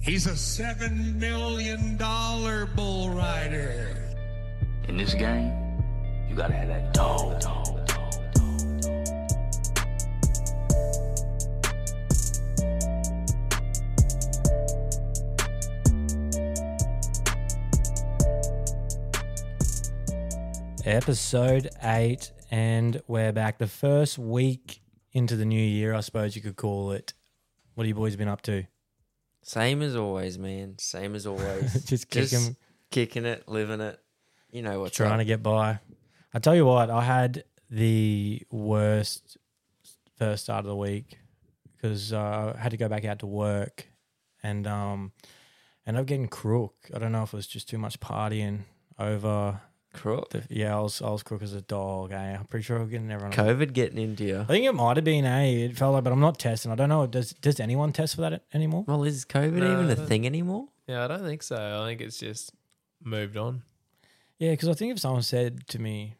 He's a seven million dollar bull rider. In this game, you gotta have that dog. dog, dog, dog. Episode eight, and we're back. The first week into the new year, I suppose you could call it. What have you boys been up to? Same as always, man. Same as always. Just kick 'em. kicking it, living it. You know what's Trying up. to get by. I tell you what, I had the worst first start of the week because uh, I had to go back out to work, and um, ended up getting crook. I don't know if it was just too much partying over. crook. The, yeah, I was I was crook as a dog. Eh? I'm pretty sure I was getting everyone. COVID getting into you. I think it might have been A. It felt like, but I'm not testing. I don't know. Does does anyone test for that anymore? Well, is COVID No, even a that- thing anymore? Yeah, I don't think so. I think it's just moved on. Yeah, because I think if someone said to me,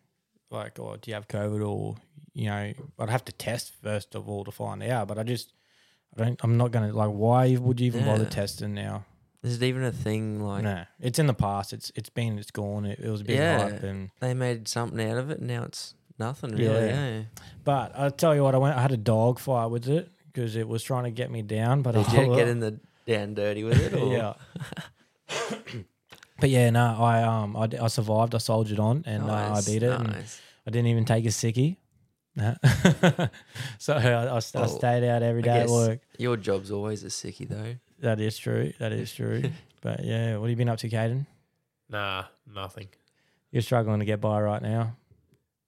like, "Oh, do you have COVID?" or you know, I'd have to test first of all to find out. But I just, I don't. I'm not gonna like. Why would you even bother Yeah. testing now? Is it even a thing? Like no, it's in the past. It's it's been. It's gone. It, it was a big Yeah. hype. And they made something out of it, and now it's nothing really. Yeah. eh? but I will tell you what, I went. I had a dog fight with it because it was trying to get me down. But Did I, you get in the down dirty with it? Or? yeah. but yeah, no, I um, I, d- I survived. I soldiered on, and Nice, uh, I beat it. and nice. I didn't even take a sickie. No. so I, I, st- I Well, stayed out every Oh, I day at guess- work. Your job's always a sickie though. That is true. That is true. but yeah, what have you been up to, Caden? Nah, nothing. You're struggling to get by right now.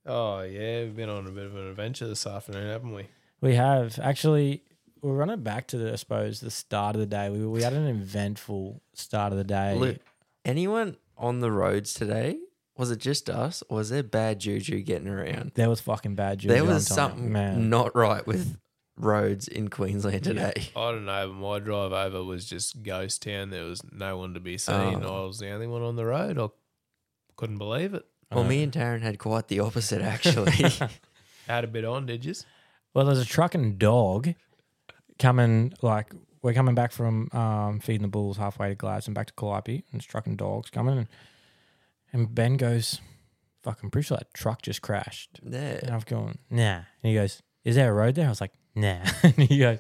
Oh yeah, we've been on a bit of an adventure this afternoon, haven't we? We have actually. We're running back to the, I suppose, the start of the day. We, we had an eventful start of the day. Look, anyone on the roads today? Was it just us? Or was there bad juju getting around? there was fucking bad juju. there was on time. something man. not right with roads in Queensland today. I don't know. But my drive over was just ghost town. There was no one to be seen. Oh. I was the only one on the road. I couldn't believe it. Well, me and Taryn had quite the opposite actually. Had a bit on, did you? Well, there's a truck and dog coming, like, we're coming back from um, feeding the bulls halfway to Gladstone back to Calliope, and it's truck and dogs coming. And, and Ben goes, Fuck, I'm pretty sure that truck just crashed. And yeah. I've gone, Nah. And he goes, Is there a road there? I was like, Nah. and he goes,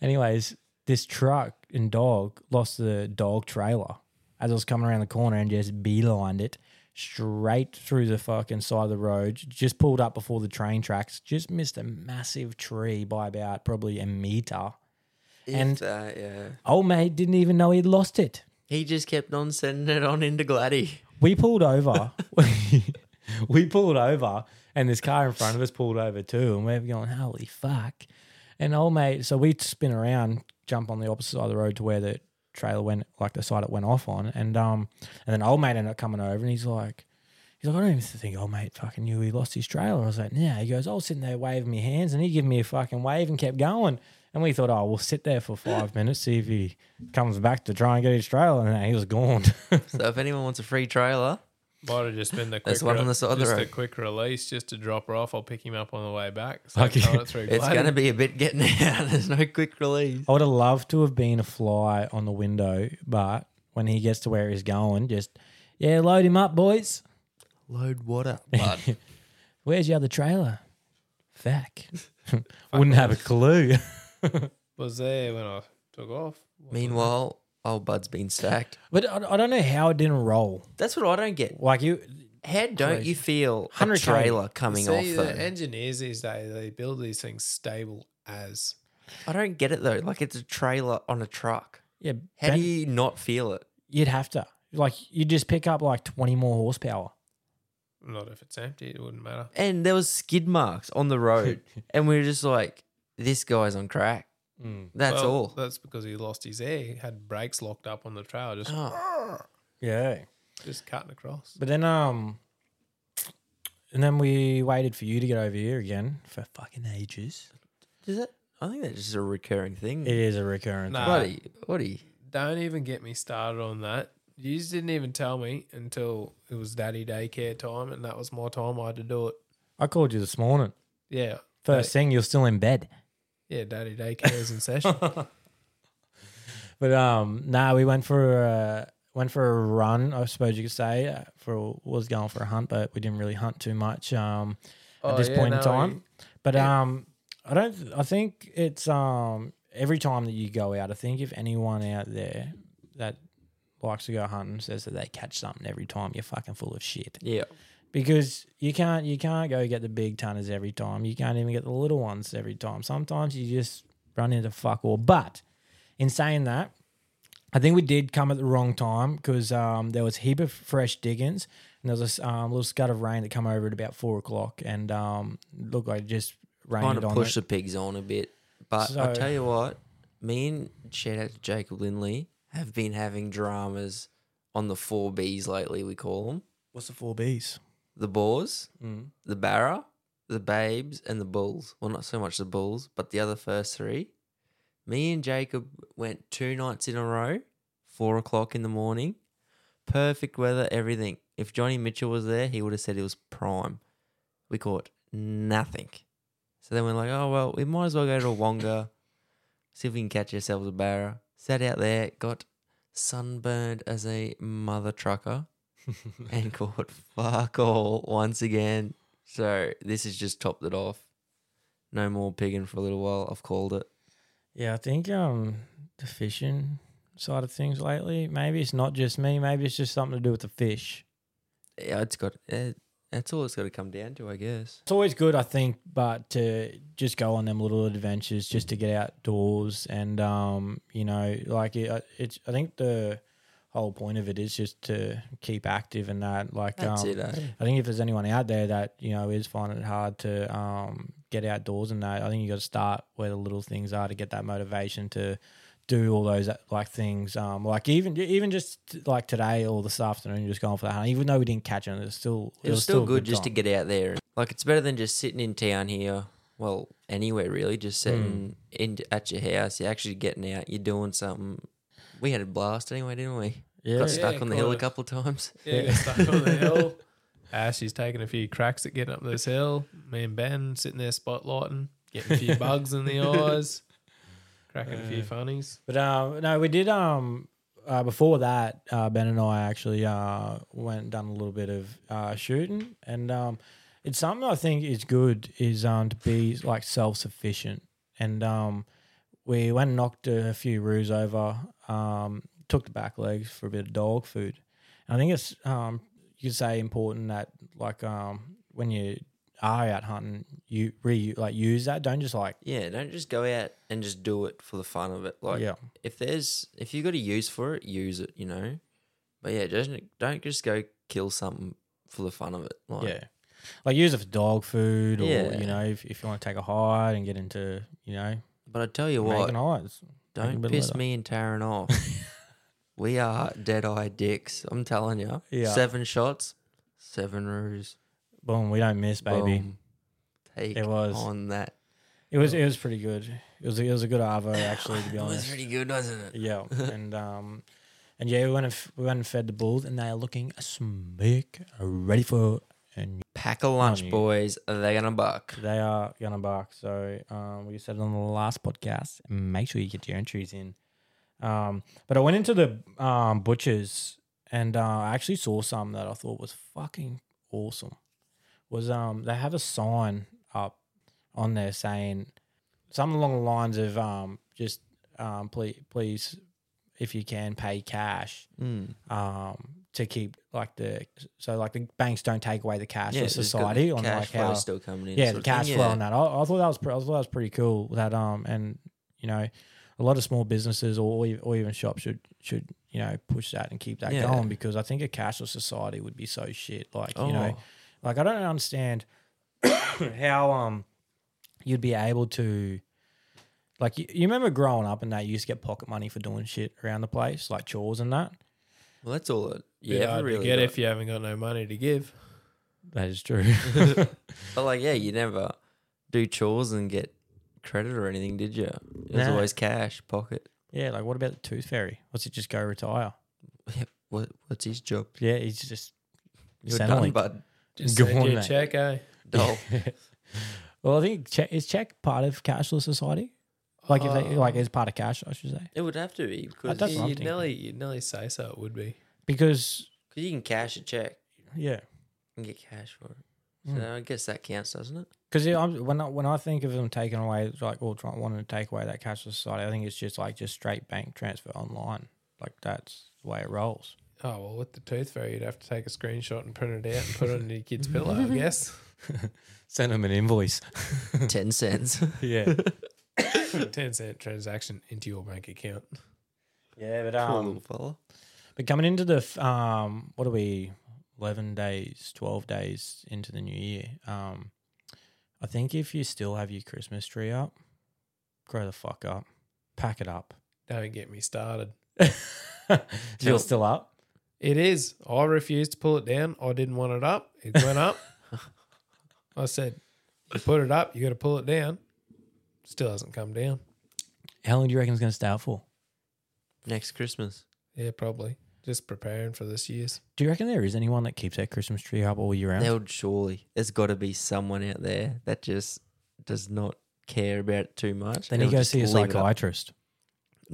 Anyways, this truck and dog lost the dog trailer as I was coming around the corner and just beelined it straight through the fucking side of the road. Just pulled up before the train tracks. Just missed a massive tree by about probably a meter. And- And that, uh, yeah. Old mate didn't even know he'd lost it. He just kept on sending it on into Gladdy. We pulled over. we pulled over, and this car in front of us pulled over too. And we're going, holy fuck. And old mate, so we spin around, jump on the opposite side of the road to where the trailer went, like the side it went off on. And um, and then old mate ended up coming over, and he's like, he's like, I don't even think old mate fucking knew he lost his trailer. I was like, yeah. He goes, I was sitting there waving my hands, and he gave me a fucking wave and kept going. And we thought, oh, we'll sit there for five minutes, see if he comes back to try and get his trailer. And he was gone. So if anyone wants a free trailer, Might have just been the quick There's one on the side of the just a road. quick release, just to drop her off. I'll pick him up on the way back. So Fuck okay. yeah. it through it's Gladden. going to be a bit getting out. There's no quick release. I would have loved to have been a fly on the window, but when he gets to where he's going, just yeah, load him up, boys. Load what up, bud? Where's your other trailer? Fuck. Wouldn't have a clue. was there when I took off. Meanwhile, old bud's been stacked. but I, I don't know how it didn't roll. That's what I don't get. Like you, How don't you feel a 100K. trailer coming See, off though? the engineers these days they build these things stable as. I don't get it though. Like it's a trailer on a truck. yeah, How Ben, do you not feel it? you'd have to like you would just pick up like twenty more horsepower. Not if it's empty, it wouldn't matter. And there was skid marks on the road, and we were just like, "This guy's on crack." Mm. That's Well, all. That's because he lost his air. He had brakes locked up on the trail, just Oh, Yeah. just cutting across. But then um, and then we waited for you to get over here again for fucking ages. is it? I think that's just a recurring thing. It is a recurrent. Nah. Bloody, bloody. Don't even get me started on that. You didn't even tell me until it was daddy daycare time, and that was my time. I had to do it. I called you this morning. Yeah, First thing, you're still in bed. yeah. Daddy daycare is in session. But um, no, we went for a, went for a run. I suppose you could say uh, for was going for a hunt, but we didn't really hunt too much um, at Oh, this yeah, point in no, time. But um, I don't. I think it's um every time that you go out. I think if anyone out there that likes to go hunting says that they catch something every time, you're fucking full of shit Yeah. because you can't you can't go get the big tonners every time. You can't even get the little ones every time. Sometimes you just run into fuck all. But in saying that, I think we did come at the wrong time because um, there was a heap of fresh diggings and there was a s- um, little scud of rain that come over at about four o'clock. And um, look, I just rained Trying to on push it. the pigs on a bit. But So- I'll tell you what, me and shout out to Jacob Lindley have been having dramas on the four Bs lately, we call them. What's the four Bs? The Boars, Mm. the Barra, the Babes, and the Bulls. Well, not so much the Bulls, but the other first three. Me and Jacob went two nights in a row, four o'clock in the morning. Perfect weather, everything. If Johnny Mitchell was there, he would have said it was prime. We caught nothing. So then we're like, oh, well, we might as well go to a Wonga, see if we can catch ourselves a Barra. Sat out there, got sunburned as a mother trucker and caught fuck all once again. So this has just topped it off. No more pigging for a little while. I've called it. Yeah, I think um, the fishing side of things lately. Maybe it's not just me. Maybe it's just something to do with the fish. Yeah, it's got. eh, that's all it's got to come down to, I guess. It's always good, I think, but to just go on them little adventures, just to get outdoors, and um, you know, like it, uh, it's. I think the whole point of it is just to keep active and that. Like, That's um, it. Eh? I think if there's anyone out there that you know is finding it hard to um, get outdoors and that, I think you got to start where the little things are to get that motivation to do all those uh, like things. Um, like even even just like today or this afternoon, just going for that hunt. Even though we didn't catch it, it's still It was still good just to time. get out there. Like it's better than just sitting in town here. Well, anywhere really, just Hmm. sitting in at your house. You're actually getting out. You're doing something. We had a blast anyway, didn't we? Yeah. Got stuck Yeah, on the hill a quite a- couple of times. Yeah, got stuck on the hill. Ash is taking a few cracks at getting up this hill. Me and Ben sitting there spotlighting, getting a few bugs in the eyes, cracking a few funnies. But uh, no, we did. Um, uh, before that, uh, Ben and I actually uh, went and done a little bit of uh, shooting, and um, it's something I think is good is um, to be like self sufficient. And um, we went and knocked a few roos over, um, took the back legs for a bit of dog food. And I think it's um, you could say important that like um, when you are out hunting, you re like use that. Don't just like Yeah, don't just go out and just do it for the fun of it. Like, Yeah. if there's if you got a use for it, use it. You know, but yeah, just don't just go kill something for the fun of it. Like, Yeah. Like use it for dog food or, Yeah. you know, if, if you want to take a hide and get into, you know, But I tell you what, making hides. making a don't bit of piss leather. me and Taryn off. we are dead eye dicks. I'm telling you. Yeah. Seven shots, seven roos. Boom, we don't miss, baby. Boom. Take It was. on that. It was it was pretty good. It was it was a good arvo actually to be It was honest. pretty good, wasn't it? yeah, and um, and yeah, we went and f- we went and fed the bulls, and they are looking smick, ready for, and Pack a lunch, Funny. boys. They're gonna buck. they are gonna bark. So um, we said it on the last podcast. Make sure you get your entries in. Um, but I went into the um, butchers and uh, I actually saw some that I thought was fucking awesome. Was um they have a sign up on there saying something along the lines of um just um please please if you can pay cash Mm. um to keep like the so like the banks don't take away the cash Yeah, for it's just got the society on cash like flow how still coming in. yeah, sort the of cash thing. flow Yeah. on that. I, I thought that was pre- I thought that was pretty cool. That um, and you know, a lot of small businesses or or e- or even shops should should you know push that and keep that Yeah. going because I think a cashless society would be so shit. Like you know, like I don't understand how um you'd be able to. Like you, you remember growing up and that you used to get pocket money for doing shit around the place, like chores and that. Well, that's all it. Yeah, Yeah, hard really. to get got. if you haven't got no money to give. That is true. But like, yeah, you never do chores and get credit or anything, did you? It was Nah. always cash pocket. yeah, like what about the tooth fairy? What's it just go retire? Yep. What, what's his job? Yeah, he's just You're done, Centrelink. bud. Just Go send on, you a mate. check, eh? Dole. well, I think Czech, is Czech part of cashless society. Like if they, like as part of cash, I should say, It would have to be because that's That's what I'm you'd thinking. nearly you'd nearly say so. It would be. because cause you can cash a check yeah, and get cash for it. So Hmm. I guess that counts, doesn't it? because when I, when I think of them taking away like or trying, wanting to take away that cashless society, I think it's just like just straight bank transfer online. Like that's the way it rolls. Oh well, with the tooth fairy, you'd have to take a screenshot and print it out and put it on your kid's pillow. I guess. Send them an invoice. Ten cents. yeah, ten cent transaction into your bank account. yeah, but Poor um, little fella. But coming into the f- um, what are we? Eleven days, twelve days into the new year. Um, I think if you still have your Christmas tree up, grow the fuck up, pack it up. Don't get me started. You're still up. It is. I refused to pull it down. I didn't want it up. It went up. I said, you put it up. You got to pull it down. Still hasn't come down. How long do you reckon it's gonna stay up for? Next Christmas. Yeah, probably. Just preparing for this year's. Do you reckon there is anyone that keeps their Christmas tree up all year round? There would surely. There's got to be someone out there that just does not care about it too much. then you They'll go just see a leave it up. psychiatrist.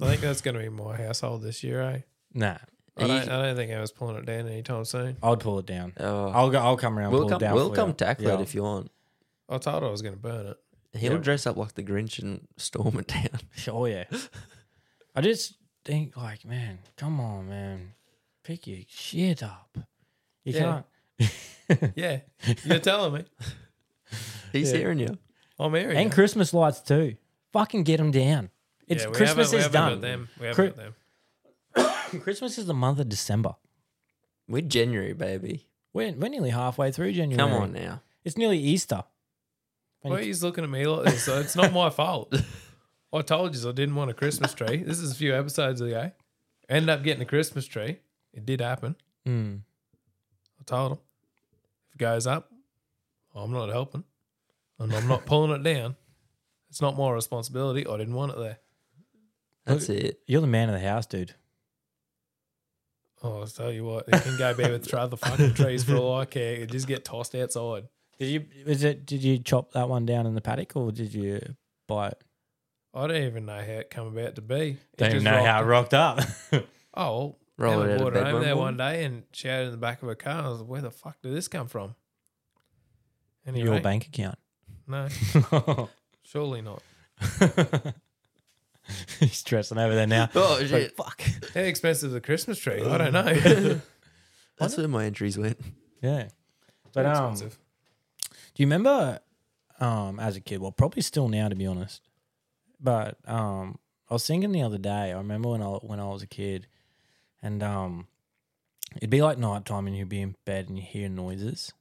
I think that's going to be my household this year, eh? Nah, I Are you- don't, uh, I don't think I was pulling it down anytime soon. I'd pull it down. Oh. I'll go. I'll come around. We'll pull come, it down we'll for come you. tackle Yeah. it if you want. I told her I was going to burn it. He'll Yeah. dress up like the Grinch and storm it down. Oh yeah. I just think like, man, come on, man. Pick your shit up. You Yeah. can't Yeah. You're telling me. He's hearing you. I'm hearing And you. Christmas lights too. Fucking get them down. It's we Christmas haven't- we is haven't done. got them. We haven't Chri- got them. Christmas is the month of December. We're January, baby. We're, we're nearly halfway through January. Come on now. It's nearly Easter. And Why are you looking at me like this? So it's not my fault. I told you I didn't want a Christmas tree. This is a few episodes ago. Ended up getting a Christmas tree. It did happen. Mm. I told him. If it goes up, I'm not helping. And I'm not pulling it down. It's not my responsibility. I didn't want it there. That's it. You're the man of the house, dude. Oh, I'll tell you what, it can go be with other fucking trees for all I care. It just get tossed outside. Did you is it did you chop that one down in the paddock or did you buy it? I don't even know how it come about to be. It Don't even just know rocked how it rocked up. Oh, Roll Roll it out it of brought bed it home one there one morning. day and shouted in the back of her car. I was like, "Where the fuck did this come from?" Anyway, Your bank account. No, surely not. He's stressing over there now. Oh, shit. fuck. How expensive is the Christmas tree? I don't know. That's where my entries went. Yeah. But um, do Expensive. you remember um as a kid, well probably still now to be honest. But um I was thinking the other day, I remember when I when I was a kid and um it'd be like nighttime and you'd be in bed and you hear noises.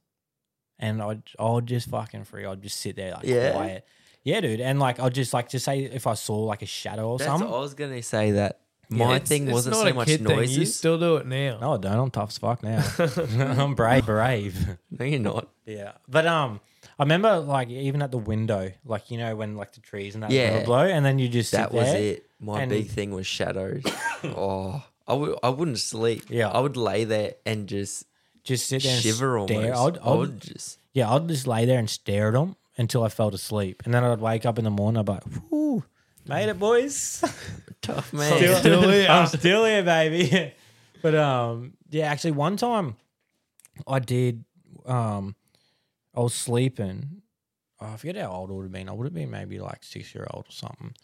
And I'd I'd just fucking free. I'd just sit there like Yeah. quiet. Yeah, dude. And like I'd just like to say if I saw like a shadow or That's, I something. was going to say that. My It's- thing it's wasn't not so a much kid thing. You noises. still do it now. No, I don't. I'm tough as fuck now. I'm brave, brave. No, you're not. Yeah, but um, I remember like even at the window, like you know when like the trees and that Yeah. blow, blow, and then you just sit That was there. it. My and- big thing was shadows. oh, I w- I wouldn't sleep. Yeah. I would lay there and just Just sit there, and shiver almost. stare. I'd, I would I'd, just. yeah, I'd just lay there and stare at them until I fell asleep, and then I'd wake up in the morning. I'd be like, "Whew, made it, boys! Tough man. Still- Still here. I'm still here, baby." but um, yeah, actually, one time I did. Um, I was sleeping. oh, I forget how old I would have been. I would have been maybe like six year old or something.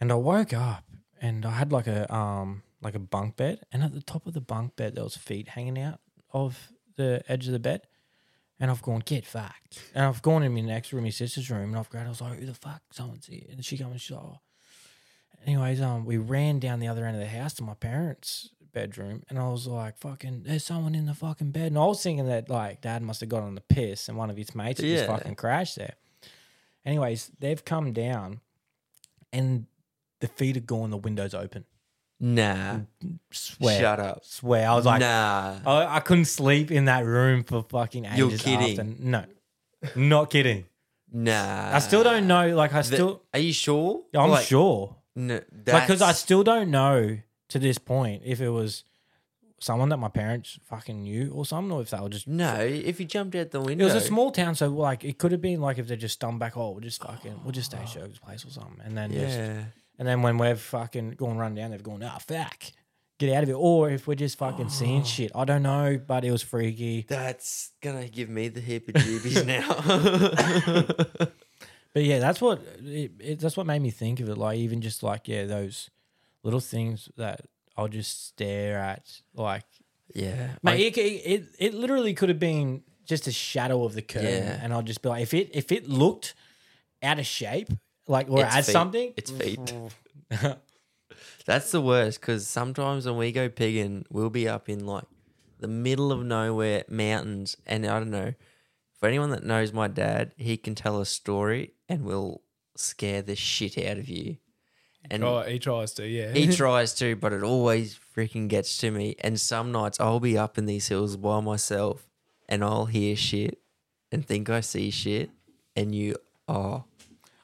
And I woke up and I had like a um like a bunk bed, and at the top of the bunk bed there was feet hanging out of the edge of the bed. And I've gone, get fucked. And I've gone in my next room, my sister's room, and I've grabbed, I was like, who the fuck? Someone's here. And she come and she's like, oh. Anyways, um, we ran down the other end of the house to my parents' bedroom, and I was like, fucking, there's someone in the fucking bed. And I was thinking that, like, dad must have got on the piss, and one of his mates just Yeah. fucking crashed there. Anyways, they've come down, and the feet are gone, the window's open. Nah. Swear. Shut up. Swear. I was like, nah. I, I couldn't sleep in that room for fucking ages. You're kidding. After. No, not kidding. Nah. I still don't know. Like I Uh, The- still, are you sure? I'm Like, sure. No, Like because I that's- still don't know to this point if it was someone that my parents fucking knew or something, or if they were just No, if you jumped out the It window. was a small town, so like it could have been like if they just done back, oh, we'll just fucking, we'll just stay at Sherg's place or something, and then just, Ah. Yeah. and then when we've fucking gone run down, they've gone, ah, fuck, get out of here, or if we're just fucking Oh. seeing shit, I don't know, but it was freaky. That's gonna give me the heebie-jeebies now. But yeah, that's what it, it, that's what made me think of it. Like even just like yeah, those little things that I'll just stare at. Like, yeah, mate, it, it it- it literally could have been just a shadow of the curtain, Yeah. and I'll just be like, if it if it looked out of shape, like or Its as feet- something, Its feet. That's the worst because sometimes when we go pigging, we'll be up in like the middle of nowhere mountains, and I don't know. For anyone that knows my dad, he can tell a story and will scare the shit out of you. And Try- Oh, he tries to, yeah. he tries to, but it always freaking gets to me. And some nights I'll be up in these hills by myself and I'll hear shit and think I see shit. And you are,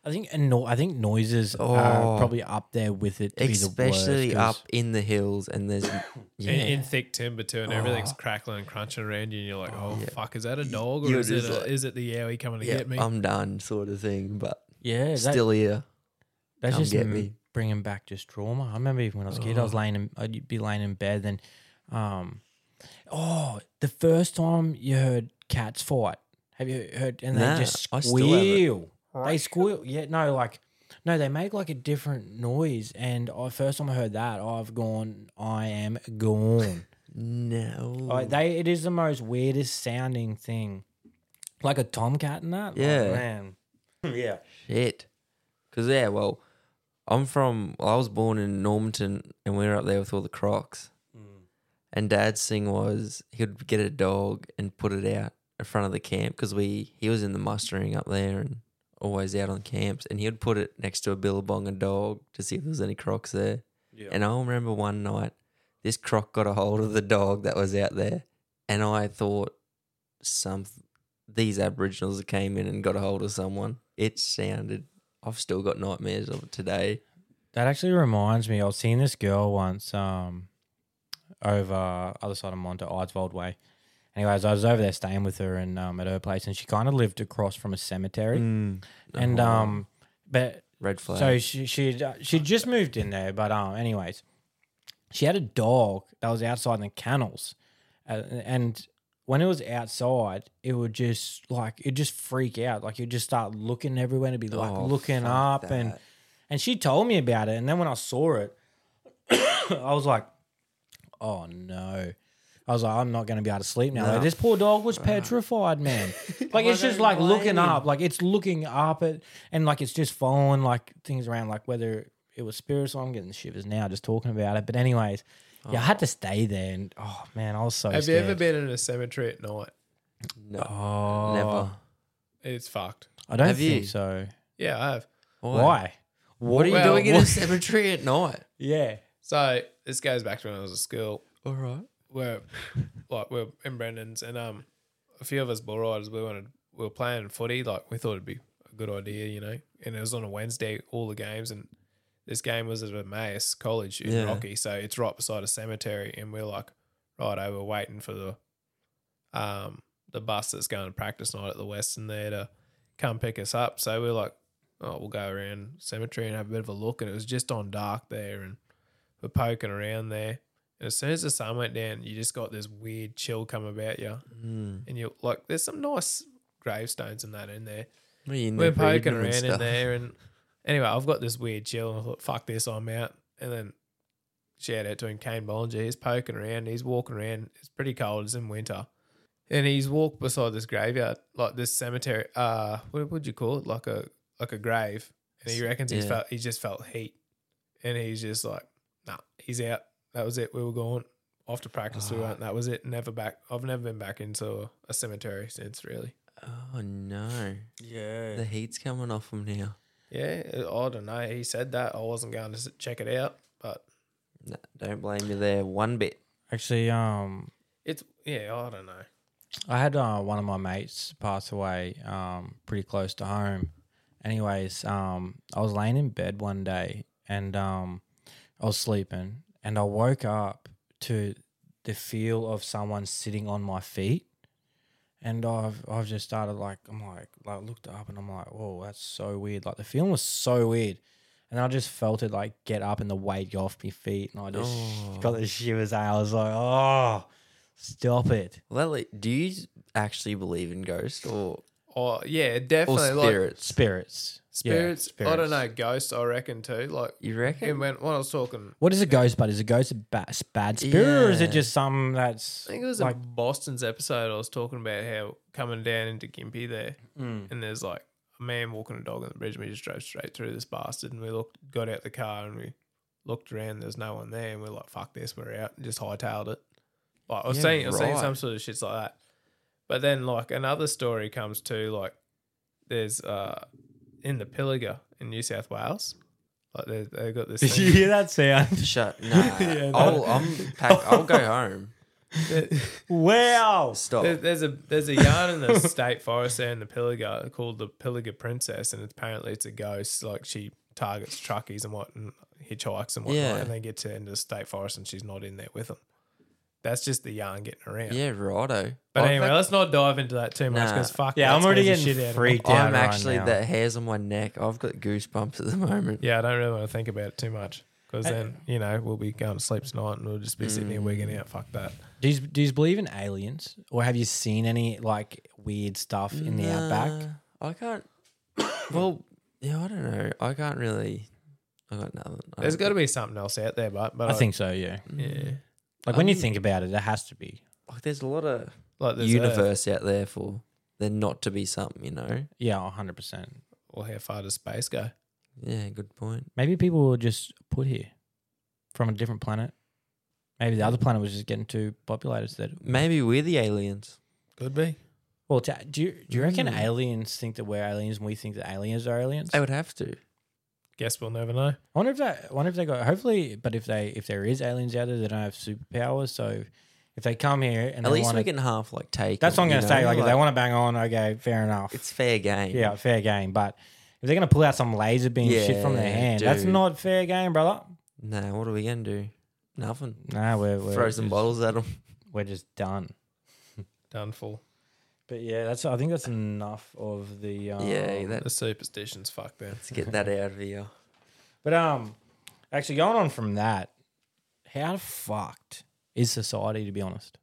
I think and no, I think noises are Oh. probably up there with it, to especially be the up worst, 'cause- in the hills. And there's, yeah. Oh. in, in thick timber too, and everything's crackling and crunching around you, and you're like, "Oh fuck, is that a dog or you're is it, just a, like- is it the yowie coming to yeah, get me?" I'm done sort of thing, but Yeah, that- still here. That's Come just get m- me. bringing back just trauma. I remember even when I was a kid, I was laying in, I'd be laying in bed. Then, um, oh, the first time you heard cats fight, have you heard? And they Nah, just I still haven't. squeal. They squeal. Yeah, no, like, no, they make like a different noise. And I, first time I heard that, I've gone, I am gone. No. Like, they, it is the most weirdest sounding thing, like a tomcat and that. Like, Yeah. man. yeah. Shit. Because, yeah, well, I'm from, I was born in Normanton and we were up there with all the crocs. And dad's thing was he would get a dog and put it out in front of the camp because we, he was in the mustering up there and always out on camps. And he would put it next to a billabong and dog to see if there was any crocs there. And I remember one night this croc got a hold of the dog that was out there. And I thought, some these Aboriginals that came in and got a hold of someone. It sounded. I've still got nightmares of it today. That actually reminds me. I was seeing this girl once um, over other side of Monta, Eidsvold Way. Anyways, I was over there staying with her and um, at her place, and she kind of lived across from a cemetery. And um, but Red flag. so she she uh, she just moved in there, but um, anyways, she had a dog that was outside in the kennels, uh, and when it was outside, it would just like it just freak out, like you'd just start looking everywhere and be like Oh, looking fuck up, and that. and she told me about it, and then when I saw it, I was like, oh no. I was like, I'm not going to be able to sleep now. Like, this poor dog Uh. was petrified, man. Like it's just like looking up, like it's looking up at, and like it's just following like things around, like whether it was spirits. or I'm getting the shivers now just talking about it. But anyways, yeah, I had to stay there, and oh man, I was so. Have you scared. ever been in a cemetery at night? no, Oh, never. It's fucked. I don't Have think you? so. Yeah, I have. Why? What are you Well, doing in a what- cemetery at night? Yeah. So this goes back to when I was at school. All right. We're like we're in Brendan's, and um, a few of us bull riders. We wanted we were playing footy. Like we thought it'd be a good idea, you know. And it was on a Wednesday, all the games, and this game was at Emmaus College in Yeah. Rocky, so it's right beside a cemetery. And we're like, right, over waiting for the um the bus that's going to practice night at the Western there to come pick us up. So we're like, oh, we'll go around cemetery and have a bit of a look. And it was just on dark there, and we're poking around there. And as soon as the sun went down, you just got this weird chill come about you. Mm. And you're like, there's some nice gravestones and that in there. What are you in We're there reading poking and around in stuff? there, and anyway, I've got this weird chill, and I thought, "Fuck this, I'm out." And then shout out to him, Kane Bollinger. He's poking around, he's walking around. It's pretty cold. It's in winter, and he's walked beside this graveyard, like this cemetery. Uh, what would you call it? Like a like a grave. And he reckons he's Yeah. felt he just felt heat, and he's just like, "Nah, he's out. That was it. We were gone." Off to practice, Ah. we weren't. That was it. Never back. I've never been back into a cemetery since, really. Oh no, Yeah. the heat's coming off him now. Yeah, I don't know. He said that. I wasn't going to s- check it out, but No, don't blame you there one bit. Actually, um, it's, yeah, I don't know. I had uh, one of my mates pass away um, pretty close to home. Anyways, um, I was laying in bed one day and um, I was sleeping and I woke up to the feel of someone sitting on my feet. And I've I've just started like I'm like like looked up and I'm like, whoa, that's so weird. Like the feeling was so weird. And I just felt it like get up and the weight go off my feet and I just Oh. got the shivers out. I was like, oh stop it. Well, like, do you actually believe in ghosts or Or yeah, or definitely like spirits? Spirits. Yeah, spirits, I don't spirits. know, ghosts. I reckon too. Like you and reckon? when when I was talking, What is a ghost bud? Is a ghost a bad, bad spirit or is it Yeah. just some that's I think it was like a Boston's episode. I was talking about how coming down into Gympie there, Mm. and there's like a man walking a dog on the bridge, and we just drove straight through this bastard, and we looked, got out the car, and we looked around. There's no one there, and we're like, "Fuck this, we're out," and just hightailed it. Like I was Yeah, saying, I was saying right. some sort of shits like that. But then like another story comes to like there's uh in the Pilliga in New South Wales, like they they got this. Did you Thing. hear that sound? Shut nah. Yeah, no. I'll I'm pack, I'll go home. Wow. Stop. There, there's a there's a yarn in the state forest there in the Pilliga called the Pilliga Princess, and apparently it's a ghost. Like she targets truckies and what and hitchhikes and whatnot, Yeah. and they get to into the state forest and she's not in there with them. That's just the yarn getting around. Yeah, righto. But I've anyway, act- let's not dive into that too much Nah. because fuck. Yeah, that I'm already scares the getting shit out of me. freaked out. I'm right actually now. the hairs on my neck. I've got goosebumps at the moment. Yeah, I don't really want to think about it too much because then you know we'll be going to sleep tonight and we'll just be sitting here wigging Mm. out. Fuck that. Do you, do you believe in aliens, or have you seen any like weird stuff in the outback? Nah, I can't. well, yeah, I don't know. I can't really. I got nothing. I There's don't- got to be something else out there, but but I think so. Yeah. yeah, Like when you Um, think about it, it has to be. like there's a lot of like there's Earth. universe out there for there not to be something. You know. Yeah, hundred percent. Well, how far does space go? Yeah, good point. Maybe people were just put here from a different planet. Maybe the other planet was just getting too populated. So that Maybe we're the aliens. Could be. well, ta- do you do you reckon Mm. aliens think that we're aliens and we think that aliens are aliens? They would have to. Guess we'll never know. I wonder if that. I wonder if they got. Hopefully, but if they if there is aliens out there, they don't have superpowers. So if they come here and they At least wanna, we can half like take. That's what I'm 'em, going to you say. know? Like, if they want to bang on, okay, fair enough. it's fair game. yeah, fair game. But if they're going to pull out some laser beam shit from their Yeah, hand, that's dude. not fair game, brother. Nah, what are we gonna do? Nothing. Nah, we're, we're Throw some just, bottles at them. We're just done. Done for. But yeah, that's. I think that's enough of the. Um, yeah, that, The superstitions, fuck them. let's get that out of here. But um, actually, going on from that, how fucked is society? To be honest,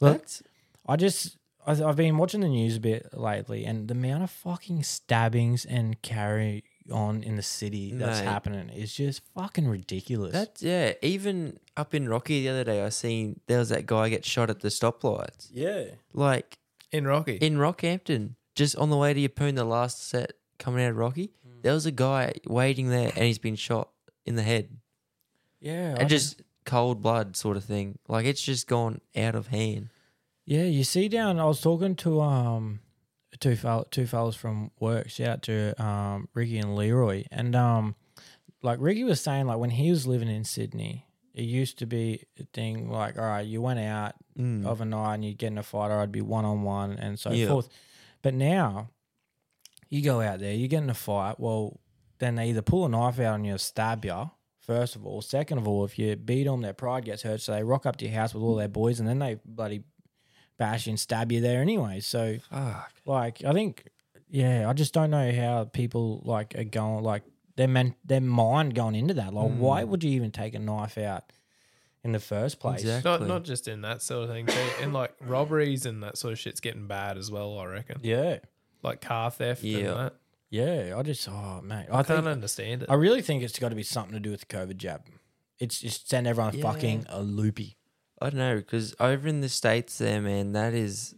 look, That's- I just I, I've been watching the news a bit lately, and the amount of fucking stabbings and carry on in the city that's Mate. happening is just fucking ridiculous. That's yeah. Even up in Rocky the other day, I seen there was that guy get shot at the stoplights. yeah, Like In Rocky. in Rockhampton, just on the way to Yapoon, the last set coming out of Rocky, there was a guy waiting there, and he's been shot in the head, yeah, I and just cold blood sort of thing. Like it's just gone out of hand. yeah. You see, down. I was talking to um two fell two fellas from work. Shout out to um Ricky and Leroy, and um like Ricky was saying, like when he was living in Sydney. It used to be a thing like, all right, you went out, Mm. of a night and you'd get in a fight or I'd be one on one and so Yeah. forth. But now you go out there, you get in a fight, well, then they either pull a knife out on you or stab you, first of all. Second of all, if you beat them, their pride gets hurt. So they rock up to your house with all their boys and then they bloody bash you and stab you there anyway. So, Fuck. like, I think, yeah, I just don't know how people like are going, like, their, men- their mind going into that. Like, why Hmm. would you even take a knife out in the first place? Exactly. not not just in that sort of thing, too. In like robberies and that sort of shit's getting bad as well, I reckon. Yeah. Like car theft and Yeah. that. Yeah, I just oh mate, I I can't think understand it. I really think it's got to be something to do with the COVID jab. It's just send everyone Yeah. fucking a loopy. I don't know because over in the states, there, man, that is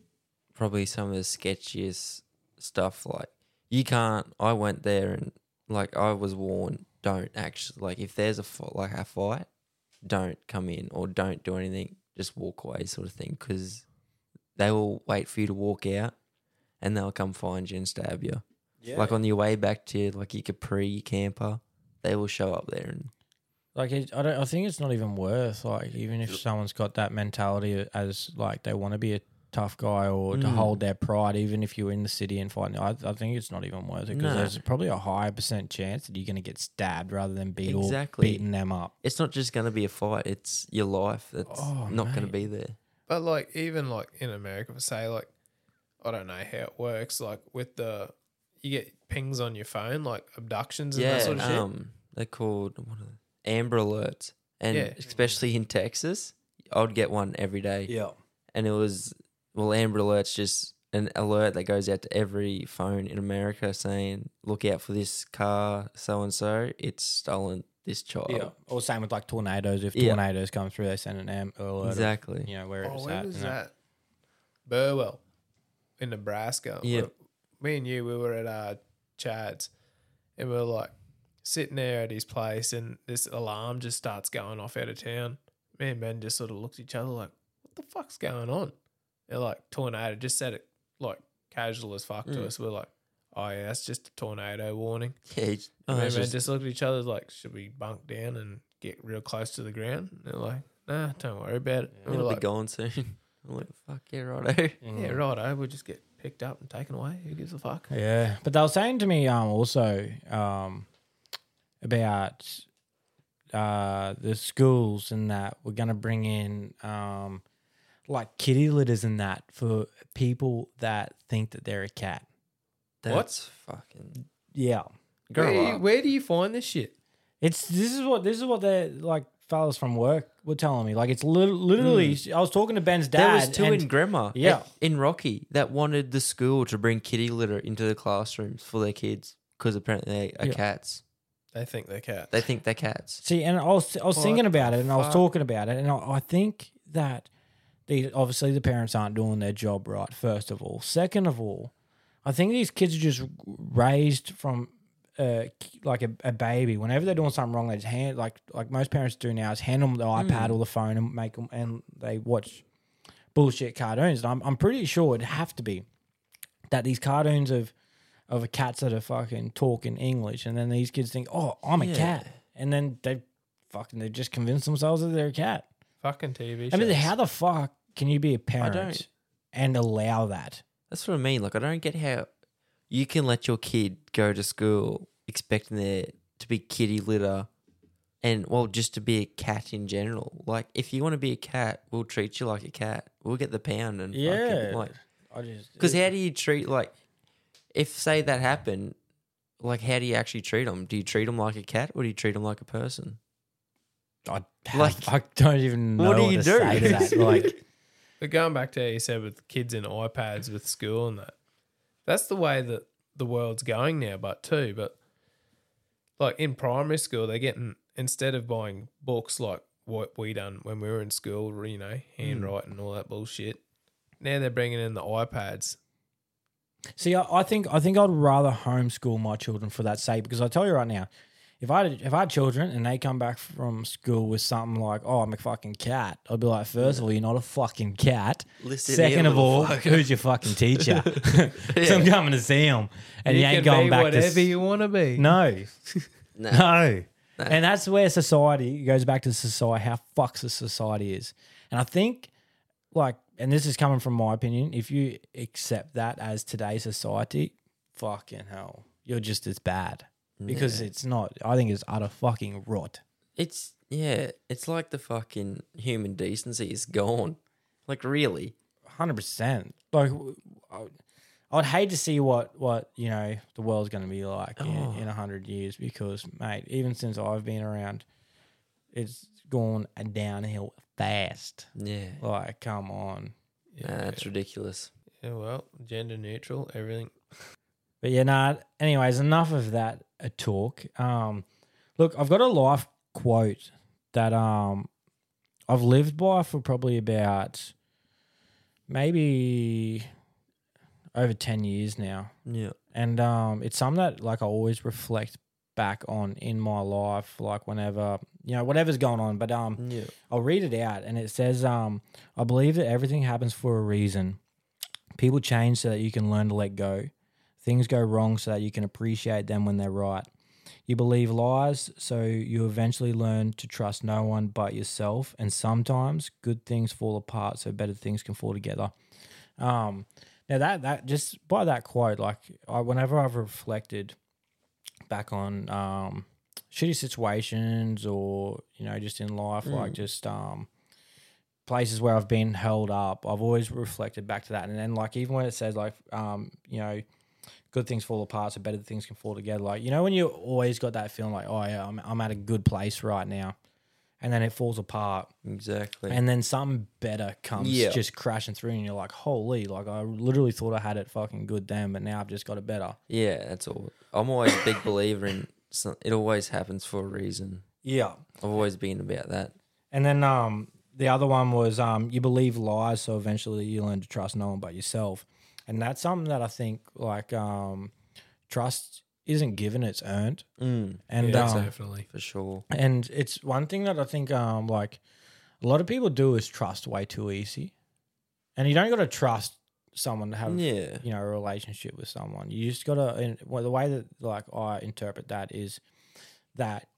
probably some of the sketchiest stuff. Like you can't. I went there and like I was warned, don't actually like if there's a fi- like a fight, don't come in or don't do anything. Just walk away, sort of thing, because they will wait for you to walk out, and they'll come find you and stab you. Yeah, Like on your way back to like your Capri camper, they will show up there and like it, I don't. I think it's not even worth like even if someone's got that mentality as like they want to be a tough guy or to Mm. hold their pride, even if you're in the city and fighting. I, I think it's not even worth it because No. there's probably a higher percent chance that you're going to get stabbed rather than be all Exactly. beating them up. It's not just going to be a fight. It's your life that's Oh, not mate. going to be there. But like even like in America, for say like I don't know how it works. Like with the you get pings on your phone, like abductions and yeah, that sort of shit. um, they're called what are they? Amber Alerts, and Yeah. especially in Texas, I'd get one every day. Yeah. and it was well amber alerts just an alert that goes out to every phone in america saying look out for this car so and so it's stolen this child Yeah. Or same with like tornadoes. If Yeah. tornadoes come through, they send an am alert. Exactly. exactly You know where it Oh, was where at. was you know. that? Burwell in Nebraska. Yeah. Me and you, we were at uh, Chad's and we were like sitting there at his place and this alarm just starts going off out of town. Me and Ben just sort of looked at each other like, what the fuck's going on? They're like, tornado. Just said it like casual as fuck to Mm. us. We're like, oh yeah, that's just a tornado warning. yeah it's- oh, And me that's and Ben just- just looked at each other like, should we bunk down and get real close to the ground? And they're like, nah, don't worry about it. And we're it'll like, be gone soon I'm like, fuck yeah righto yeah, righto. We'll just get picked up and taken away. Who gives a fuck? Yeah, but they were saying to me um, also um, about uh, the schools and that we're going to bring in um, like kitty litters and that for people that think that they're a cat. that's fucking uh, Yeah, grow Where, up where do you find this shit? it's this is what this is what they like fellas from work were telling me. Like it's lit- literally, I was talking to Ben's dad. Mm. there was two and- in grandma Yeah. in rocky that wanted the school to bring kitty litter into the classrooms for their kids because apparently they are Yeah. cats They think they're cats. they think they're cats See, and I was I was What thinking about it, and I was fuck? talking about it, and I, I think that the obviously the parents aren't doing their job right. First of all, second of all, I think these kids are just raised from uh, like a, a baby. Whenever they're doing something wrong, they just hand like like most parents do now is hand them the Mm. iPad or the phone and make them and they watch bullshit cartoons. And I'm I'm pretty sure it'd have to be that these cartoons of of cats that are fucking talking English, and then these kids think, "Oh, I'm a Yeah. cat," and then they fucking they just convince themselves that they're a cat. Fucking TV shows. I mean, how the fuck can you be a parent don't- and allow that? That's what I mean. Like, I don't get how you can let your kid go to school expecting there to be kitty litter and, well, just to be a cat in general. Like, if you want to be a cat, we'll treat you like a cat. We'll get the pound and Yeah. fucking, like, I just because how do you treat, like, if, say, that happened, like, how do you actually treat them? Do you treat them like a cat or do you treat them like a person? I, like, I don't even know what what, do you to do? say to that. Like, But going back to how you said with kids and iPads with school and that, that's the way that the world's going now. But too, but like in primary school, they're getting instead of buying books like what we done when we were in school, you know, handwriting and all that bullshit. Now they're bringing in the iPads. see, I, I think I think I'd rather homeschool my children for that sake because I tell you right now, if I had, if I had children and they come back from school with something like, "Oh, I'm a fucking cat," I'd be like, first of all, you're not a fucking cat. Listen here, Second of little all, fucker." who's your fucking teacher? 'Cause I'm coming to see him, and you, ain't can going be back whatever to s- you want to be. no, No. No. And that's where society it goes back to society, how fucks the society is. And I think, like, and this is coming from my opinion, if you accept that as today's society, fucking hell, you're just as bad because it's not, I think it's utter fucking rot. It's, yeah, it's like the fucking human decency is gone. Like, really? 100%. Like, w- I would- I would hate to see what, what you know, the world's going to be like in Oh. in 100 years because, mate, even since I've been around, it's gone downhill fast. Yeah. Like, come on. Nah, it's ridiculous. Yeah, well, gender neutral, everything. But yeah, nah. Anyways, enough of that uh, talk. Um, look, I've got a life quote that um I've lived by for probably about maybe over ten years now, Yeah. and um, it's something that like I always reflect back on in my life, like whenever you know whatever's going on. But um, Yeah. I'll read it out, and it says, um, "I believe that everything happens for a reason. People change so that you can learn to let go. Things go wrong so that you can appreciate them when they're right. You believe lies, so you eventually learn to trust no one but yourself. And sometimes good things fall apart, so better things can fall together. Um, now that that just by that quote, like I, whenever I've reflected back on um, shitty situations or you know just in life, like just um, places where I've been held up, I've always reflected back to that. And then like even when it says like um, you know good things fall apart so better things can fall together. Like you know when you always got that feeling like oh yeah I'm I'm at a good place right now, and then it falls apart Exactly. and then something better comes Yeah. just crashing through and you're like holy like i literally thought i had it fucking good then but now i've just got it better yeah, that's all. I'm always a big believer in so- it always happens for a reason. yeah I've always been about that. and then um the other one was um you believe lies so eventually you learn to trust no one but yourself and that's something that i think like um trust isn't given it's earned Mm, and yeah, um, definitely. for sure. and it's one thing that i think um like a lot of people do is trust way too easy and you don't got to trust someone to have Yeah. you know a relationship with someone you just gotta and well, the way that like i interpret that is that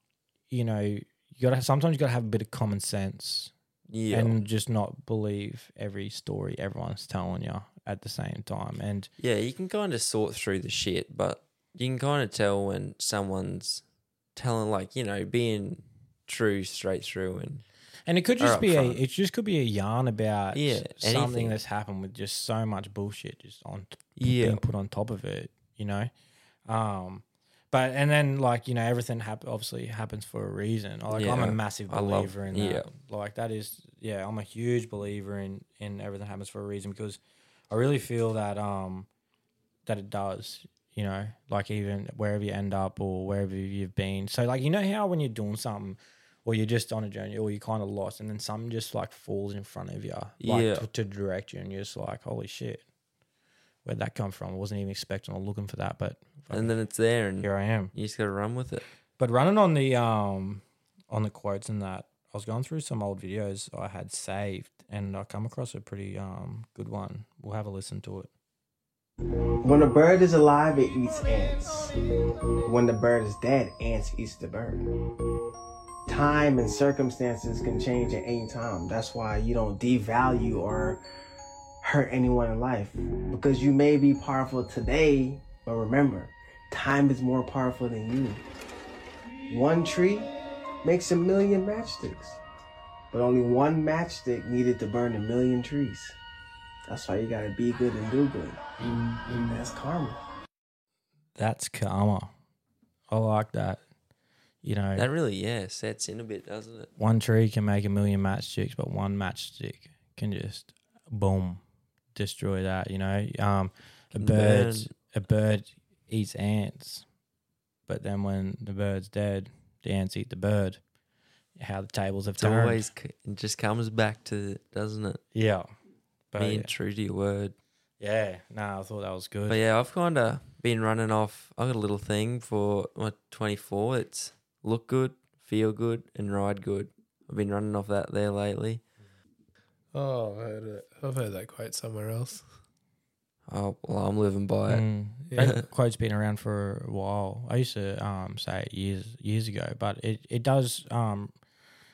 you know you gotta sometimes you gotta have a bit of common sense Yeah. and just not believe every story everyone's telling you at the same time and Yeah, you can kind of sort through the shit, but you can kind of tell when someone's telling, like, you know, being true straight through. And and it could Or just up be a front. it just could be a yarn about Yeah, something anything. that's happened with just so much bullshit just on yeah, being put on top of it, you know. Um, but and then like you know everything hap- obviously happens for a reason. Like I'm Yeah, a massive I love- believer in that. yeah. Like that is yeah, I'm a huge believer in in everything happens for a reason because I really feel that um that it does. You know, like even wherever you end up or wherever you've been. So like you know how when you're doing something or you're just on a journey or you're kind of lost and then something just like falls in front of you like Yeah. to, to direct you and you're just like holy shit where'd that come from i wasn't even expecting or looking for that but and then it's there, and here i am you just got to run with it. but running on the um on the quotes and that i was going through some old videos i had saved and i come across a pretty um good one we'll have a listen to it When a bird is alive, it eats ants. When the bird is dead, ants eats the bird. Time and circumstances can change at any time. That's why you don't devalue or hurt anyone in life because you may be powerful today, but remember, time is more powerful than you. One tree makes a million matchsticks, but only one matchstick needed to burn a million trees. That's why you gotta be good and do good. That's karma. that's karma i like that you know That really, yeah, sets in a bit, doesn't it? one tree can make a million matchsticks, but one matchstick can just boom destroy that. You know, um, a Can bird burn. a bird eats ants, but then when the bird's dead, the ants eat the bird. How the tables have It's turned. always, c- it just comes back to, doesn't it? yeah, but Being Oh, yeah, true to your word. yeah, no, I thought that was good. But yeah, I've kind of been running off. I've got a little thing for my 24. It's look good, feel good, and ride good. I've been running off that there lately. Oh, I've heard it. I've heard that quote somewhere else. Oh, well, I'm living by it. Mm. That quote's been around for a while. I used to um, say it years years ago, but it it does um,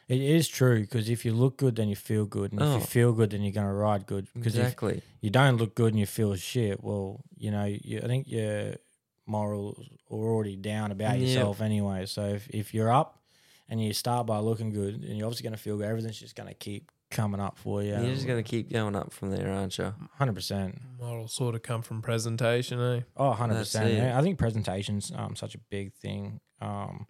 it is true because if you look good, then you feel good, and Oh. if you feel good, then you're gonna ride good. Because Exactly. if you don't look good and you feel shit, well, you know, you, I think your morals are already down about Yeah. yourself anyway. So if if you're up and you start by looking good, and you're obviously gonna feel good, everything's just gonna keep coming up for you. You're just going to keep going up from there, aren't you? hundred percent. Model sort of come from presentation, eh? Oh, 100 percent. it. Yeah. I think presentations um such a big thing um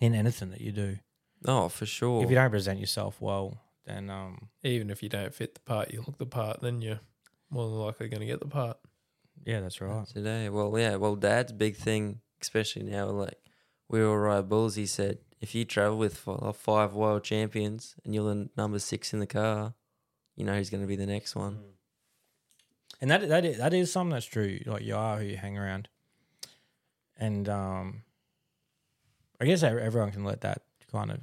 in anything that you do. Oh, for sure. If you don't present yourself well, then um Even if you don't fit the part, you look the part, then you're more than likely going to get the part. yeah, that's right. Today, well, yeah, well, Dad's big thing, especially now, like we all ride bulls. He said, if you travel with fi- five world champions and you're the number six in the car, you know who's going to be the next one. Mm. And that that is, that is something that's true. Like you are who you hang around, and um, I guess ev- everyone can let that kind of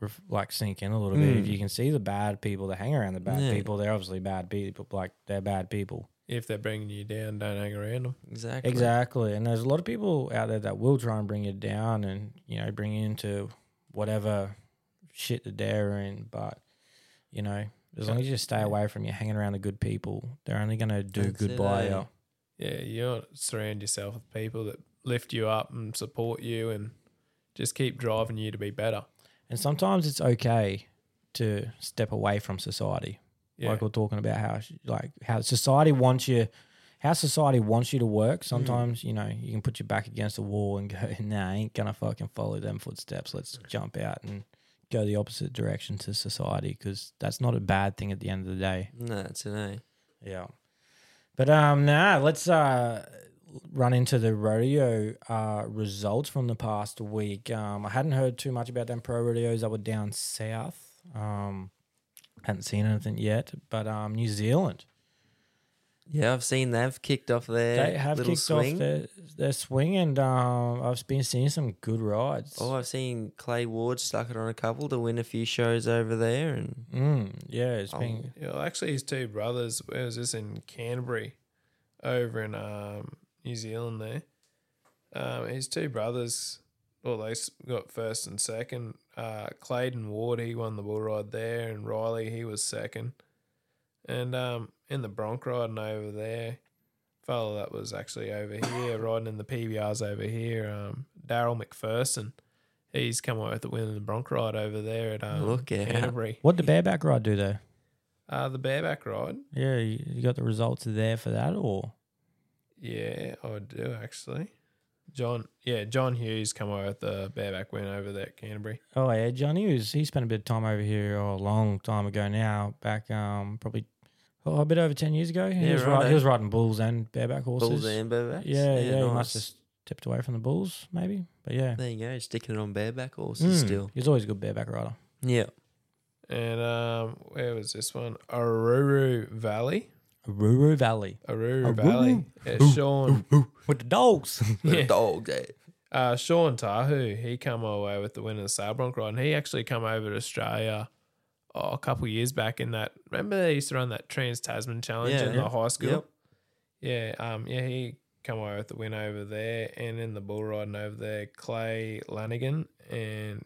ref- like sink in a little bit. If you can see the bad people that hang around the bad Mm. Yeah. people, they're obviously bad people. Like they're bad people. If they're bringing you down, don't hang around them. Exactly. Exactly. And there's a lot of people out there that will try and bring you down and, you know, bring you into whatever shit that they're in. But, you know, As long as you just stay away from you, hanging around the good people, they're only going to do That's good it, by eh? you. Yeah, you want to surround yourself with people that lift you up and support you and just keep driving you to be better. And sometimes it's okay to step away from society. Yeah. Like we're talking about how sh- like how society wants you, how society wants you to work. Sometimes you know you can put your back against the wall and go, "Nah, I ain't gonna fucking follow them footsteps. Let's jump out and go the opposite direction to society because that's not a bad thing at the end of the day." No, it's an A. Yeah. But um now let's uh run into the rodeo uh results from the past week. Um I hadn't heard too much about them pro rodeos that were down south. Um hadn't seen anything yet, but um New Zealand. Yeah, I've seen they've kicked off their they have little kicked swing. off their their swing and um I've been seeing some good rides. Oh, I've seen Clay Ward stuck it on a couple to win a few shows over there, and Mm, yeah, Oh. it's been Um, Yeah, well, actually, his two brothers. Where was this in Canterbury, over in um, New Zealand? There, um, his two brothers. Well, they s- got first and second. Uh, Clayton Ward, he won the bull ride there, and Riley, he was second. And um, in the bronc riding over there, fellow that was actually over here riding in the PBRs over here, um, Daryl McPherson, he's come away with the win in the bronc ride over there at um, Look out. Canterbury. what the bareback ride do though? Uh, the bareback ride. Yeah, you, you got the results there for that or Yeah, I do actually. John, yeah, John Hughes come over with the bareback win over there at Canterbury. Oh yeah, Johnny was he spent a bit of time over here oh, a long time ago now, back um probably oh, a bit over ten years ago. He Yeah, was right, riding, eh? he was riding bulls and bareback horses. Bulls and Bearback. Yeah, yeah, he must have stepped away from the bulls, maybe. But yeah. There you go, sticking it on bareback horses Hmm. Mm, still. He was always a good bareback rider. Yeah. And um, where was this one? Aruru Valley. Ruru Valley. Aruru Aruru. Valley. Yeah, Sean, With the dogs. With Yeah. a dog there. uh, Sean Tahu, he come away with the win in the Sail Bronc ride. And he actually come over to Australia oh, a couple years back in that. Remember they used to run that Trans Tasman Challenge Yeah. in the Yep. high school. Yep. Yeah, um, yeah, he come away with the win over there, and in the bull riding over there, Clay Lanigan and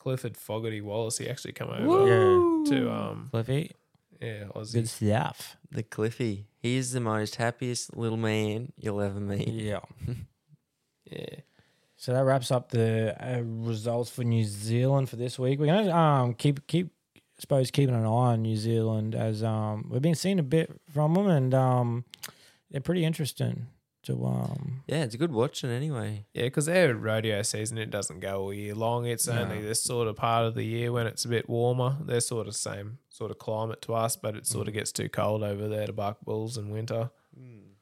Clifford Fogarty Wallace. He actually come over yeah. to um, Cliffy. yeah, Aussie. Good stuff. The Cliffy. He is the most happiest little man you'll ever meet. Yeah. Yeah, So that wraps up the uh, results for New Zealand for this week. We're gonna um keep keep I suppose keeping an eye on New Zealand as um we've been seeing a bit from them and um they're pretty interesting to um Yeah, it's good watching anyway. yeah, because their rodeo season it doesn't go all year long. It's only No. this sort of part of the year when it's a bit warmer. They're sort of same sort of climate to us, but it sort of gets too cold over there to buck bulls in winter.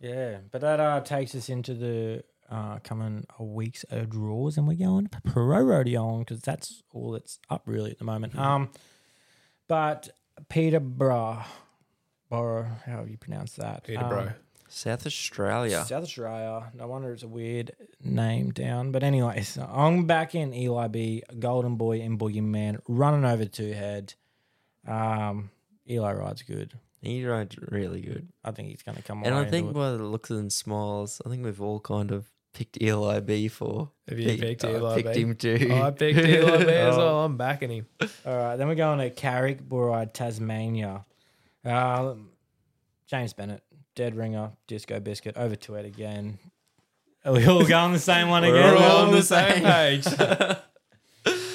yeah. But that uh takes us into the uh coming a week's uh, draws and we're going pro rodeo on because that's all that's up really at the moment. Um, but Peterborough, Borough, how you pronounce that? Peterborough. Um, South Australia. South Australia. No wonder it's a weird name down. But anyway, so I'm back in Eli B, Golden Boy and Boogeyman, running over two head. Um, Eli rides good. He rides really good. I think he's going to come. and all I into think it. by the looks and smiles, I think we've all kind of picked Eli B for. Have you He- picked I Eli picked B? Oh, him too. I picked Eli B as well. I'm backing him. All right, then we're going to Carrick, Burride, Tasmania. Uh, James Bennett, Dead Ringer, Disco Biscuit, over to it again. Are we all going the same one again? We're all on the same page.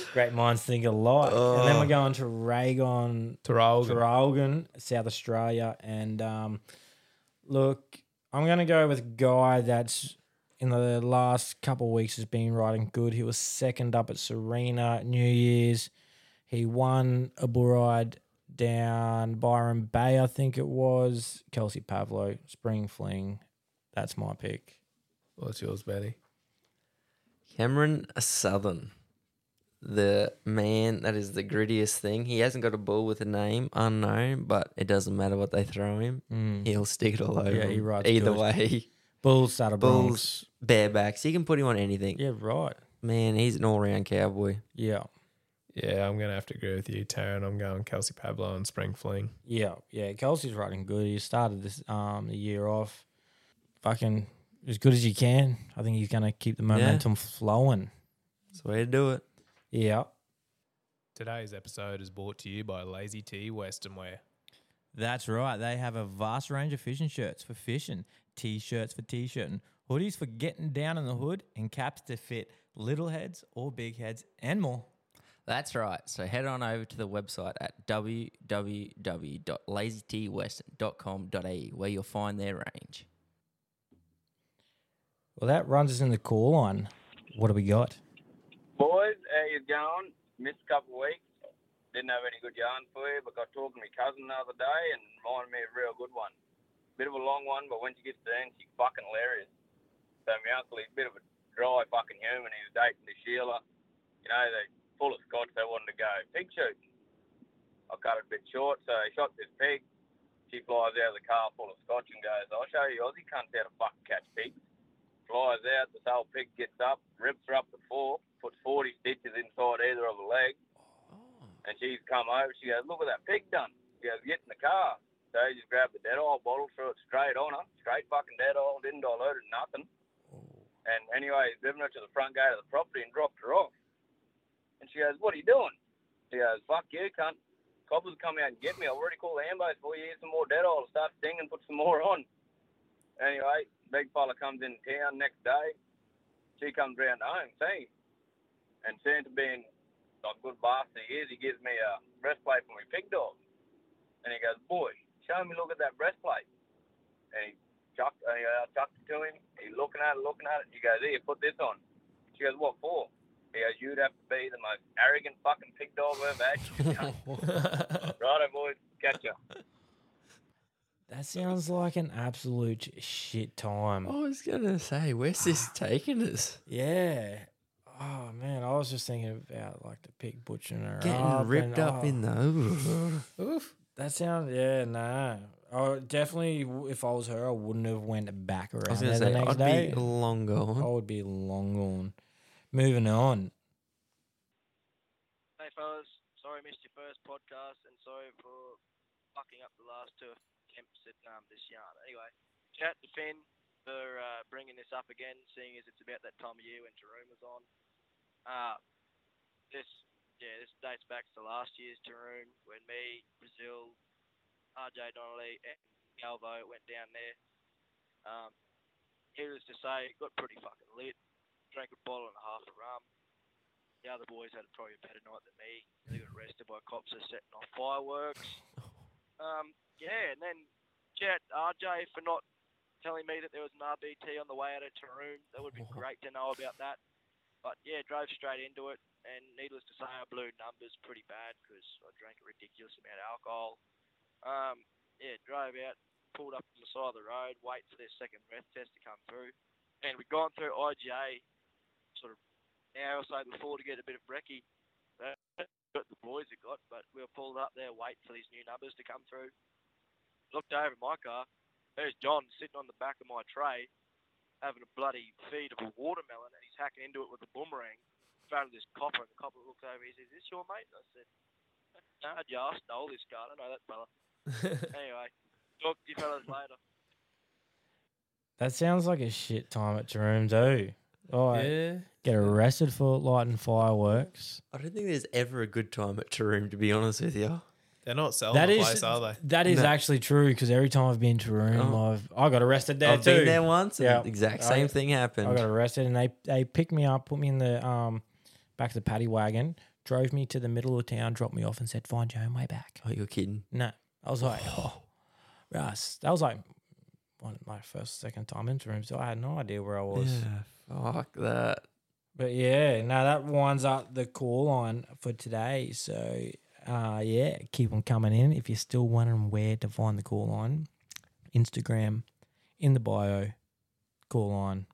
Great minds think alike. And Uh. then we're going to Raygon, Terrell. Traralgon, South Australia. And um, look, I'm going to go with a guy that's in the last couple of weeks has been riding good. He was second up at Serena New Year's. He won a bull ride down Byron Bay, I think it was. Kelsey Pavlo, Spring Fling. That's my pick. What's yours, Betty? Cameron Southern, the man that is the grittiest thing. He hasn't got a bull with a name unknown, but it doesn't matter what they throw him. He'll stick it all over. Yeah, he him. rides Either good. way, Mm. Bulls out of Bronx. bulls, barebacks. You can put him on anything. Yeah, right. Man, he's an all-round cowboy. Yeah. Yeah, I'm gonna have to agree with you, Taryn. I'm going Kelsey Pablo and Spring Fling. Yeah, yeah. Kelsey's riding good. He started this um the year off, fucking as good as you can. I think he's gonna keep the momentum flowing. That's the way to do it. Yeah. Today's episode is brought to you by Lazy T Western Wear. That's right. They have a vast range of fishing shirts for fishing, t shirts for t shirting, hoodies for getting down in the hood, and caps to fit little heads or big heads and more. That's right. So head on over to the website at www.lazytwestern.com.au where you'll find their range. Well, that runs us in the call line. What do we got? Boys, how you going? Missed a couple of weeks. Didn't have any good yarn for you, but got talking to my cousin the other day and reminded me of a real good one. Bit of a long one, but when she gets to the end, she's fucking hilarious. So my uncle, he's a bit of a dry fucking human. He was dating to Sheila. You know, they full of scotch. They wanted to go pig shooting. I cut it a bit short, so he shot this pig. She flies out of the car full of scotch and goes, I'll show you Aussie cunts how to fucking catch pigs flies out. This old pig gets up, rips her up the fork, puts 40 stitches inside either of the legs. And she's come over. She goes, look at that pig done. She goes, get in the car. So he just grabbed the dead oil bottle, threw it straight on her, straight fucking dead oil, didn't dilute it, nothing. And anyway, he's driven her to the front gate of the property and dropped her off. And she goes, what are you doing? He goes, fuck you, cunt. Coppers come out and get me. I've already called the ambulance for you. Here's some more dead oil. Start stinging, put some more on. Anyway, big fella comes in town next day. She comes round to home, see. And Santa being a good bastard he is, he gives me a breastplate for my pig dog. And he goes, boy, show me, look at that breastplate. And he chucked, and he, I chucked it to him. He looking at it, looking at it. He goes, here, put this on. She goes, what for? He goes, you'd have to be the most arrogant fucking pig dog I've ever had. Righto, boys. Catch ya. That sounds like an absolute shit time. I was going to say, where's this taking us? Yeah. Oh man, I was just thinking about like the pig butchering her Getting up and, ripped oh, up in the. That sounds yeah, nah. I definitely, w- if I was her, I wouldn't have went back around I was there going to the say, next day. Oh, I'd be long gone. I would be long gone. Moving on. Hey fellas, sorry I missed your first podcast and sorry for fucking up the last two attempts at um, this yarn. Anyway, shout to Finn for uh, bringing this up again, seeing as it's about that time of year when Taroom was on. Uh, this, yeah, this dates back to last year's Taroom when me, Brazil, RJ Donnelly, and Galvo went down there. Um, needless to say, it got pretty fucking lit. Drank a bottle and a half of rum. The other boys had probably a better night than me. They got arrested by cops for setting off fireworks. Um, yeah, and then shout out to RJ for not telling me that there was an RBT on the way out of Taroom. That would be great to know about that. But yeah, drove straight into it, and needless to say, I blew numbers pretty bad because I drank a ridiculous amount of alcohol. Um, yeah, drove out, pulled up on the side of the road, wait for their second breath test to come through, and we'd gone through IGA sort of hour or so before to get a bit of brekkie. Uh, Got the boys had got, but we were pulled up there, wait for these new numbers to come through. Looked over at my car. There's John sitting on the back of my tray, having a bloody feed of a watermelon, and he's hacking into it with a boomerang. In front of this copper, and the copper looks over. He says, "Is this your mate?" And I said, "No, yeah, I stole this car. I don't know that fella." anyway, talk to you fellas later. That sounds like a shit time at Jerome too. Oh, Yeah. get arrested for lighting fireworks. I don't think there's ever a good time at Taroom, to be honest with you. They're not selling That the is place, are they? that is actually true because every time I've been to Jerome, I've I got arrested there Oh. I've too. been there once, and Yeah. the exact I- same thing happened. I got arrested and they they picked me up, put me in the um back of the paddy wagon, drove me to the middle of town, dropped me off, and said, "Find your own way back." oh, you're kidding. No, I was like, oh, Russ. That was like one my first, second time into room, so I had no idea where I was. Yeah, fuck that. But yeah, now that winds up the call line for today. So uh, yeah, keep on coming in. If you're still wondering where to find the call line, Instagram in the bio, call line.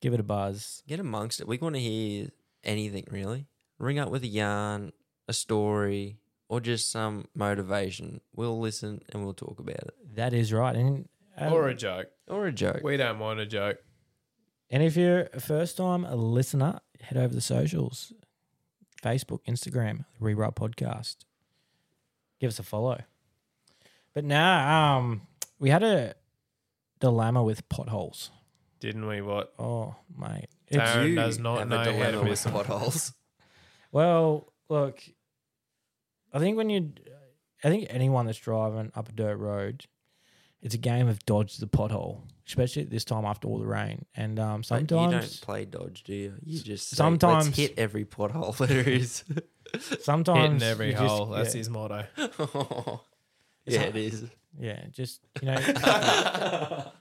Give it a buzz. Get amongst it. We want to hear anything, really. Ring up with a yarn, a story, or just some motivation. We'll listen and we'll talk about it. That is right. And uh, Or a joke. Or a joke. We don't mind a joke. And if you're a first time listener, head over to the socials Facebook, Instagram, The Rewrite Podcast. Give us a follow. But now, um, we had a dilemma with potholes. Didn't we? What? Oh, mate. It's- Darren does not have know a how dilemma to with miss 'em. potholes. well, look, I think when you, I think anyone that's driving up a dirt road, it's a game of dodge the pothole, especially at this time after all the rain. And um, Like, sometimes, you don't play dodge, do you? You just say, sometimes- Let's hit every pothole there is. sometimes Hitting every you just- hole. That's yeah, his motto. yeah, it is. Yeah, just you know.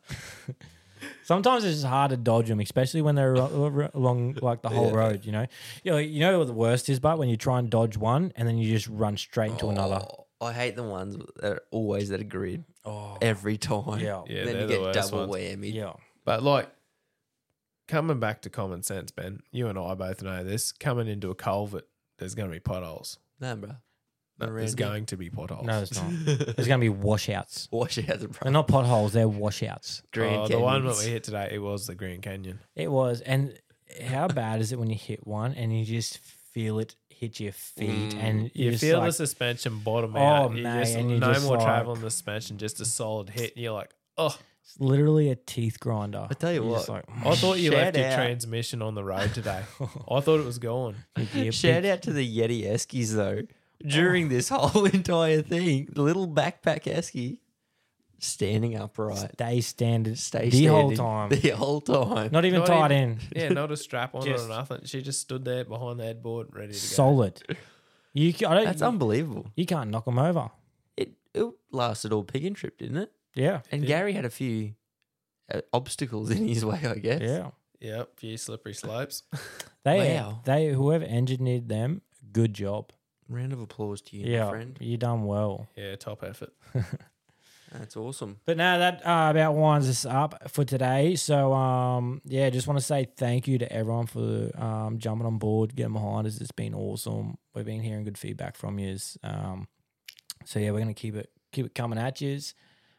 Sometimes it's just hard to dodge them, especially when they're ro- ro- along like the whole road. You know, you know, you know what the worst is, but when you try and dodge one and then you just run straight into another. Oh, I hate the ones that are always at a grid Oh, every time. Yeah. Yeah, Oh, then they're you the get worst double ones. whammy. yeah, But like coming back to common sense, Ben, you and I both know this. Coming into a culvert, there's going to be potholes. No, bro. No, there's Randy. going to be Oh. potholes. no, it's not. There's gonna be washouts. Wash out the They're bro. not potholes; they're washouts. Grand oh, the one that Canyons. we hit today, it was the Grand Canyon. It was, and how bad is it when you hit one and you just feel it hit your feet and Mm. You you're just feel like, the suspension bottom Oh, out. You mate, just, and you no just more like- travel on the suspension, just a solid hit. And you're like, oh, it's literally a teeth grinder. I tell you You're what, just like, I thought you Shout left your out. transmission on the road today. I thought it was gone. yeah, Shout big- out to the Yeti Eskies though. Oh. During this whole entire thing, the little backpack Esky standing upright, Stay standard. stay the whole time. standing the whole time. Not even Not tied even- in. Yeah, not a strap on Just- or nothing. She just stood there behind the headboard, ready to go. Solid. You, ca- I don't, That's you, unbelievable. you can't knock them over. It, it lasted all piggin trip, didn't it? Yeah. And Gary had a few uh, obstacles in his way, I guess. Yeah. Yep, few slippery slopes. They, Wow. they, whoever engineered them, good job. Round of applause to you, Yeah. my friend. You done well. Yeah, top effort. That's awesome. But now that uh, about winds us up for today. So um, yeah, just want to say thank you to everyone for um, jumping on board, getting behind us. It's been awesome. We've been hearing good feedback from yous. Um, so yeah, we're gonna keep it keep it coming at yous.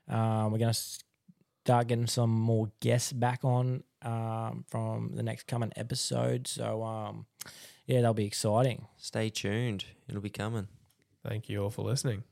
Um, we're gonna start getting some more guests back on um, from the next coming episode. So um, yeah, that'll be exciting. Stay tuned. It'll be coming. Thank you all for listening.